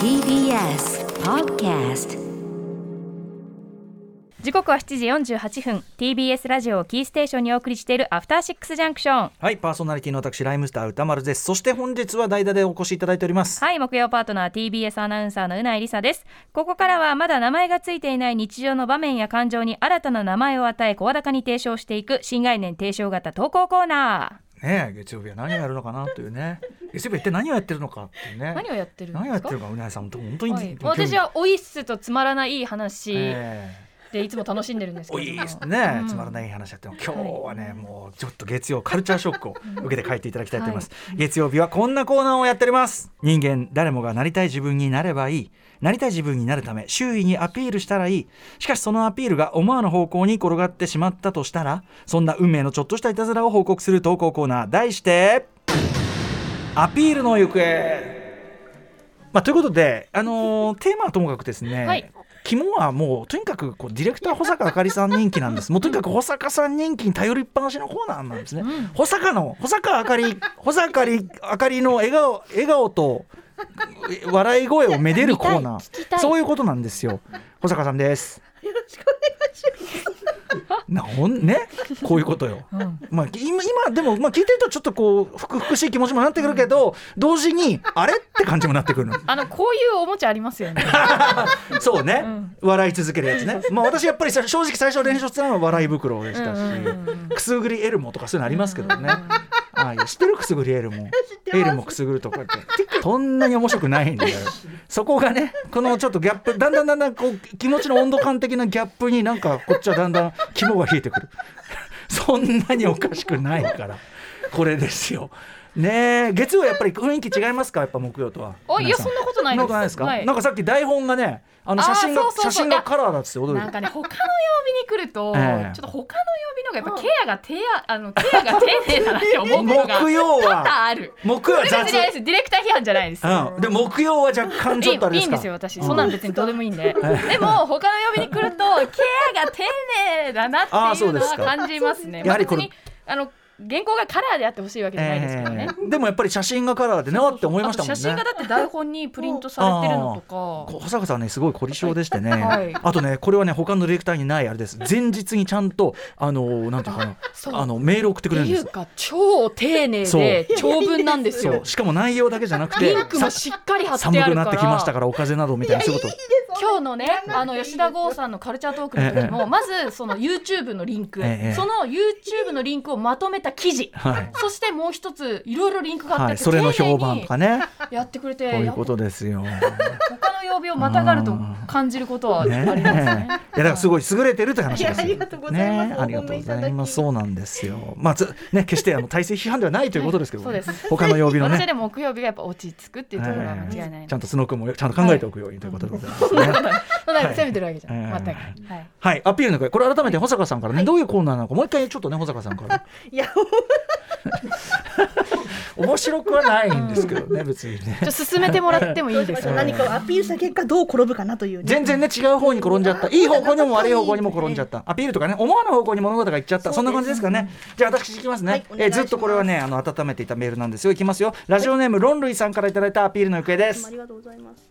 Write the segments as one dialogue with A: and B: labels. A: TBS Podcast
B: 時刻は7時48分 TBS ラジオをキーステーションにお送りしているアフターシックスジャンクション
C: はい、パーソナリティの私、ライムスター歌丸です。そして本日は代打でお越しいただいております。
B: はい木曜パートナー TBS アナウンサーのうないりさですここからはまだ名前がついていない日常の場面や感情に新たな名前を与え声高に提唱していく新概念提唱型投稿コーナ
C: ねえ、月曜日は何をやるのかなというね。 月曜日は一体何をやってるのかっていうね。
B: ー何をやってるん
C: 何
B: で
C: をや
B: す
C: って
B: か
C: るのか、うなえさん、本当に。
B: はい、私はオイスとつまらない話
C: え
B: でいつも楽しんでるんです
C: え
B: けど
C: おいですね、
B: うん
C: つまらない話やっても今日はね、もうちょっと月曜カルチャーショックを受けて帰っていただきたいと思います、月曜日はこんなコーナーをやっております人間誰もがなりたい自分になればいいなりたい自分になるため周囲にアピールしたらいいしかしそのアピールが思わぬ方向に転がってしまったとしたらそんな運命のちょっとしたいたずらを報告する投稿コーナー題してアピールの行方まあ、ということで、あのーテーマはともかくですね、
B: はい
C: 肝はもうとにかくこうディレクター保坂あかりさん人 気なんですもうとにかく保坂さん人気に頼りっぱなしのコーナーなんですね、
B: ん
C: 保坂の保坂あかり保坂あかりあかりの笑顔笑顔とえ笑い声をめでるコーナ
B: 聞きた
C: ー
B: い
C: そういうことなんですよ保坂さんですよろしくお願いしますなほんねこういうことよ
B: うん
C: まあ、今今でも、まあ、聞いてるとちょっとこうふくふくしい気持ちもなってくるけど同時にあれって感じもなってくるの
B: あのこういうおもちゃあります よね
C: そうね、
B: うん
C: 笑い続けるやつね、まあ、私やっぱりさ正直最初練習したのは笑い袋で
B: う
C: し
B: ん
C: たし、
B: うんうん
C: くすぐりエルモとかそういうのありますけどね、ああいや 知ってるくすぐりエルモエルモくすぐるとかってそんなに面白くないんだよそこがねこのちょっとギャップだんだんだんだんこう気持ちの温度感的なギャップになんかこっちはだんだん肝が冷えてくる そんなにおかしくないからこれですよねえ月曜やっぱり雰囲気違いますかやっぱ木曜とは
B: おいや
C: 皆さ
B: そんなことない
C: な
B: です
C: んかないですか、
B: はい
C: なんかさっき台本がねあの
B: あー
C: 写真が
B: そうそうそう
C: 写真がカラーだっつって驚い
B: なん
C: て
B: かね他の曜日に来ると、
C: ええ
B: ちょっと他の曜日の方がやっぱケアが手やあのケアが丁寧だなって思うことが
C: 木曜
B: 多々
C: は
B: ある。
C: 木曜
B: こ
C: は
B: れ別
C: 雑
B: にあれですディレクター批判じゃないです。
C: うん、で木曜は若干ち
B: い
C: ょっとあ
B: い
C: れ
B: い
C: で
B: い
C: す
B: ん
C: か
B: ですよ私そんなん別にどうでもいいんで、でも他の曜日に来るとケアが丁寧だなって
C: あー
B: い
C: そううで
B: の
C: す
B: は
C: か
B: 感じますね。
C: やはりこれ
B: まあ別にあの原稿がカラーであってほしいわけじゃないですけどね。
C: えーでもやっぱり写真がカラーでなって思いましたもんね
B: あと写真がだって台本にプリントされてるのとか。
C: こ保坂さんねすごい凝り性でしてね、
B: はい
C: あとねこれはね他のディレクターにないあれです前日にちゃんとあのーなんていうのかな
B: そう
C: あのメール送ってくれ
B: っ
C: るん
B: てい
C: で
B: う
C: す
B: か超丁寧で長文なんです
C: そ
B: よ
C: う。しかも内容だけじゃなくて
B: リンクも
C: さ
B: しっかり貼ってある
C: 寒
B: から
C: くなってきましたからお風邪などみたいなそういうこと
B: 今日のねあの吉田剛さんのカルチャートークの時も、まずその YouTube のリンク、
C: ええ
B: その YouTube のリンクをまとめた記事、
C: はい
B: そしてもう一ついろいろリンクがあって、
C: はい、それの評判
B: 丁
C: と
B: 寧
C: かね
B: にやってくれて
C: こういうことですよ。
B: やっぱ他の曜日をまたがると感じることはあり
C: ね
B: ます
C: え、いや
B: ね。
C: だからすごい優れてるって話ですよ。
D: いやありがとうございます
C: ねえ
D: お
C: あ
D: 褒
C: りがとう
D: め
C: ご
D: いただき
C: ざいます。そうなんですよ。まあつね決してあの体制批判ではないということですけど、
B: はいそうです
C: 他の曜日の
B: 私は
C: ね。
B: でも木曜日がやっぱ落ち着くっていうところは間違いない
C: ええ
B: の
C: ちゃんとスノー君もちゃんと考えておくようにということでございますね。
B: そんな責めてるわけじゃない、
C: はい
B: 全く、はい、
C: はい、アピールの声、これ改めて保坂さんからね、どういうコーナーなのか、もう一回ちょっとね、保坂さんから。
D: いや、
C: 面白くはないんですけどね、別にね
B: ちょ。っと進めてもらってもいい ですか
D: 何かをアピールした結果どう転ぶかなという、ね、
C: 全然ね、違う方に転んじ ゃった。いい方向にも悪い方向にも転んじゃった。アピールとかね、思わぬ方向に物事がいっちゃった。そんな感じですかね。じゃあ私いきますね。
D: はいお願
C: え
D: いし
C: ず
D: ます
C: っとこれはね、あの、温めていたメールなんですよ。いきますよ。ラジオネーム、ロンルイさんからいただいたアピールの行方で
D: あ
C: す
D: り。がとうございます。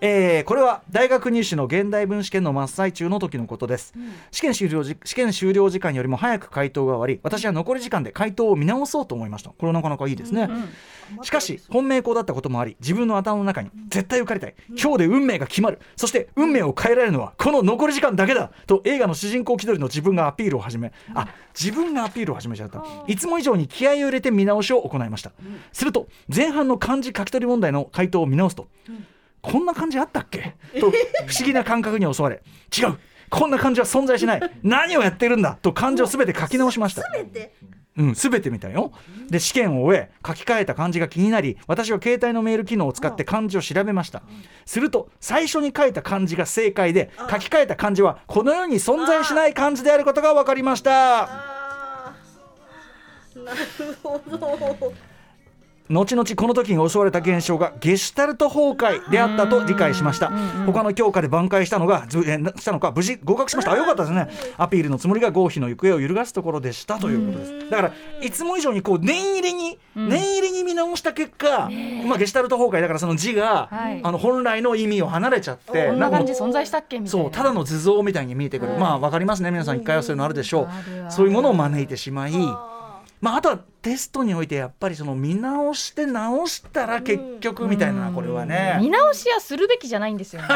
C: えーこれは大学入試の現代文試験の真っ最中の時のことです、試験終了時試験終了時間よりも早く回答が終わり私は残り時間で回答を見直そうと思いましたこれなかなかいいですね、しかし本命校だったこともあり自分の頭の中に絶対受かりたい今日で運命が決まるそして運命を変えられるのはこの残り時間だけだと映画の主人公気取りの自分がアピールを始めあ自分がアピールを始めちゃったいつも以上に気合を入れて見直しを行いましたすると前半の漢字書き取り問題の回答を見直すとこんな感じあったっ けと不思議な感覚に襲われ違うこんな感じは存在しない何をやってるんだと漢字を全て書き直しました
D: 全て
C: うん、すべてみたいよ。で、試験を終え、書き換えた漢字が気になり、私は携帯のメール機能を使って漢字を調べました。すると、最初に書いた漢字が正解で、書き換えた漢字は、この世に存在しない漢字であることが分かりました。
D: あーなるほど。
C: 後々この時に襲われた現象がゲシュタルト崩壊であったと理解しました他の教科で挽回したのがずえーなしたのか無事合格しましたあよかったですねアピールのつもりが合否の行方を揺るがすところでしたということですだからいつも以上にこう念入りに念入りに見直した結果まあゲシュタルト崩壊だからその字が
B: はい
C: あの本来の意味を離れちゃって
D: こ
B: こんな
C: な
B: ん
C: か
B: 感じ存在したっけみたいな
C: そうただの図像みたいに見えてくる、まあわかりますね皆さん一回はそういうのあるでしょう、
B: あるある
C: そういうものを招いてしまいまああとはテストにおいてやっぱりその見直して直したら結局みたいなこれはね、
B: 見直しはするべきじゃないんですよね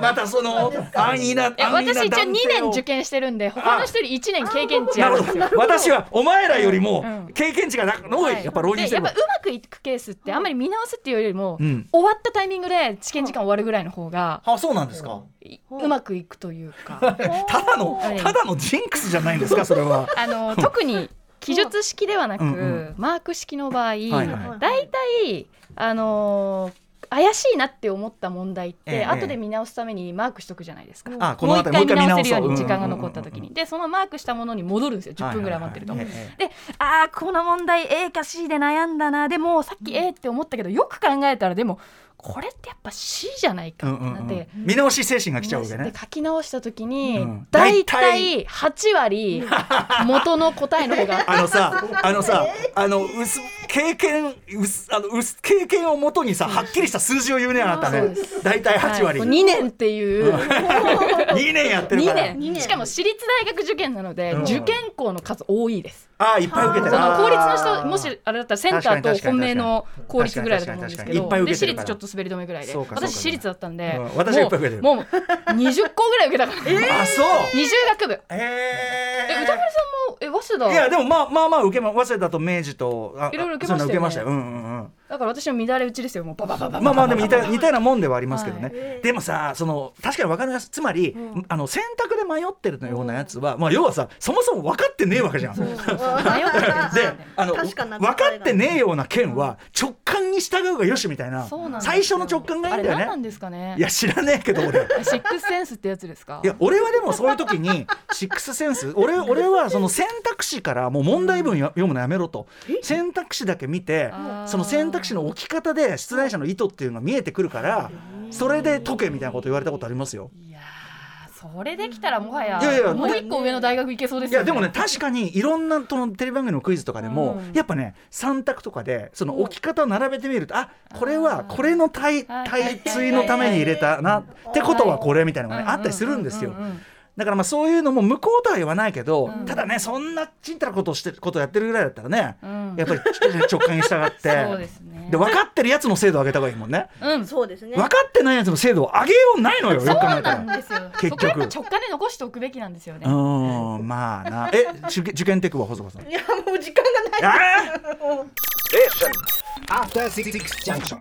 C: ままたその安易な安
B: いや
C: 易な
B: 私一応
C: 断
B: 2
C: 定
B: 年
C: を
B: 受験してるんで他の人より1年経験値
C: な
B: あ
C: る
B: るんで
C: ほ
B: す
C: ど
B: よ
C: 私はお前らよりも
B: うん
C: 経験値がなの多い、
B: はい
C: やっぱ浪人してる
B: でやっぱうまくいくケースってあんまり見直すっていうよりも、
C: うん
B: 終わったタイミングで試験時間終わるぐらいの方が
C: あそうなんですか
B: うまくいくという か
C: ただの
B: はい
C: ただのジンクスじゃないんですかそ れは
B: あの特に記述式ではなく、
C: うんうん
B: マーク式の場合、
C: はい
D: は
B: 大体あのー怪しいなって思った問題って、
C: ええ
B: 後で見直すためにマークしとくじゃないですか。
C: あこ
B: も
C: の
B: う一
C: 辺り
B: 回見直せるよ
C: も
B: う
C: う
B: に
C: 一
B: 時
C: 回
B: 間が
C: 見直そう
B: 残った時にでそのマークしたものに戻るんですよ10分ぐらい待ってると。
C: はいはいはい
B: であーこの問題 A か C で悩んだなでもさっき A って思ったけどよく考えたらでもこれってやっぱ C じゃないか
C: う
B: っ
C: ん
B: て
C: う
B: なっ
C: んうん
B: て。
C: 見直し精神が来ちゃうわけね
B: で書き直した時に、
C: うん
B: だいたい8割元の答えの方が
C: あのさ、あのさ、あの薄経験薄あの薄経験をもとにさ、はっきりした数字を言うねあなた
B: そう
C: ね
B: で。す
C: だいたい 八割。
B: はい
C: 二
B: 2年っていう
C: 年やってるか
B: 2
C: ら。
B: 年しかも私立大学受験なので、
C: うん
B: 受験校の数多いです
C: ああいっぱい受け
B: そ
C: て
B: の
C: る。
B: 公立の人
C: あー
B: もしあれだったらセンターと本命の公立ぐらいだと思うんですけ
C: 確
B: ど
C: かに確かに確かに確かにいっぱい
B: で
C: 受けて
B: 私
C: る
B: 立
C: から
B: ちょっと滑り止めぐらいで
C: そうかそうか
B: 私私立だったんで、
C: うん私はいっぱい受けてる
B: もうもう20個ぐらい受けたから、
C: あそう。
B: 二重学部
C: え
B: え
C: え
B: 歌丸さんもえ早稲
C: いや
B: 田
C: でもまあまあまあ受けま早稲田と明治とあ
B: いろいろ受け
C: そ
B: まし
C: んな
B: たよね
C: 受けましたよ。うんうんうん。
B: だから私の乱れ打ちですよもうバババババ
C: まあまあでも似た似たようなもんではありますけどね、
B: は
C: でもさその確かに分かりますつまり、あの選択で迷ってるようなやつは、まあ、要はさそもそも分かってねえわけじゃん。で
B: 迷ってるんですよね
C: あの分
D: 確かに納得
C: かってねえような件は直感に従うがよしみたいな
B: そうなんですよ
C: 最初の直感がいいんだ
B: あれ何
C: よ
B: なん
C: ね。
B: ですかね
C: いや知らねえけど俺。
B: シックスセンスってやつですか
C: いや俺はでもそういう時にシックスセンス俺俺はその選択肢からもう問題文や読むのやめろと選択肢だけ見て
B: あー
C: その選択肢の置き方で出題者の意図っていうのが見えてくるからそれで解けみたいなこと言われたことありますよ。
B: いやーそれできたらもはい
C: やいや
B: やもう一個上の大学行けそうで
C: い
B: すよ
C: やでもね確かにいろんなそのテレビ番組のクイズとかでも、
B: うん
C: やっぱね3択とかでその置き方を並べてみるとあこれはこれの対
B: あー
C: 対対のために入れたなってことはこれみたいなのがねあったりするんですよ
B: う。ううん
C: だからまあそういうのも向こうとは言わないけど、
B: うん
C: ただねそんなちんたらことをしてることをやってるぐらいだったらね、
B: うんうん
C: やっぱり 直感に従って
B: そうですね
C: で分かってるやつの精度を上げた方がいいもんね
B: うん
D: そうですね
C: 分かってないやつの精度を上げようないのよよく考えた
B: なん
C: ら。
B: ですよ。
C: 結局
B: そこやっぱ直感で残しておくべきなんですよね。
C: うーんまあなえ受験受験テクは細川さん。
D: いやもう時間がない
C: あー
E: After Six Junction.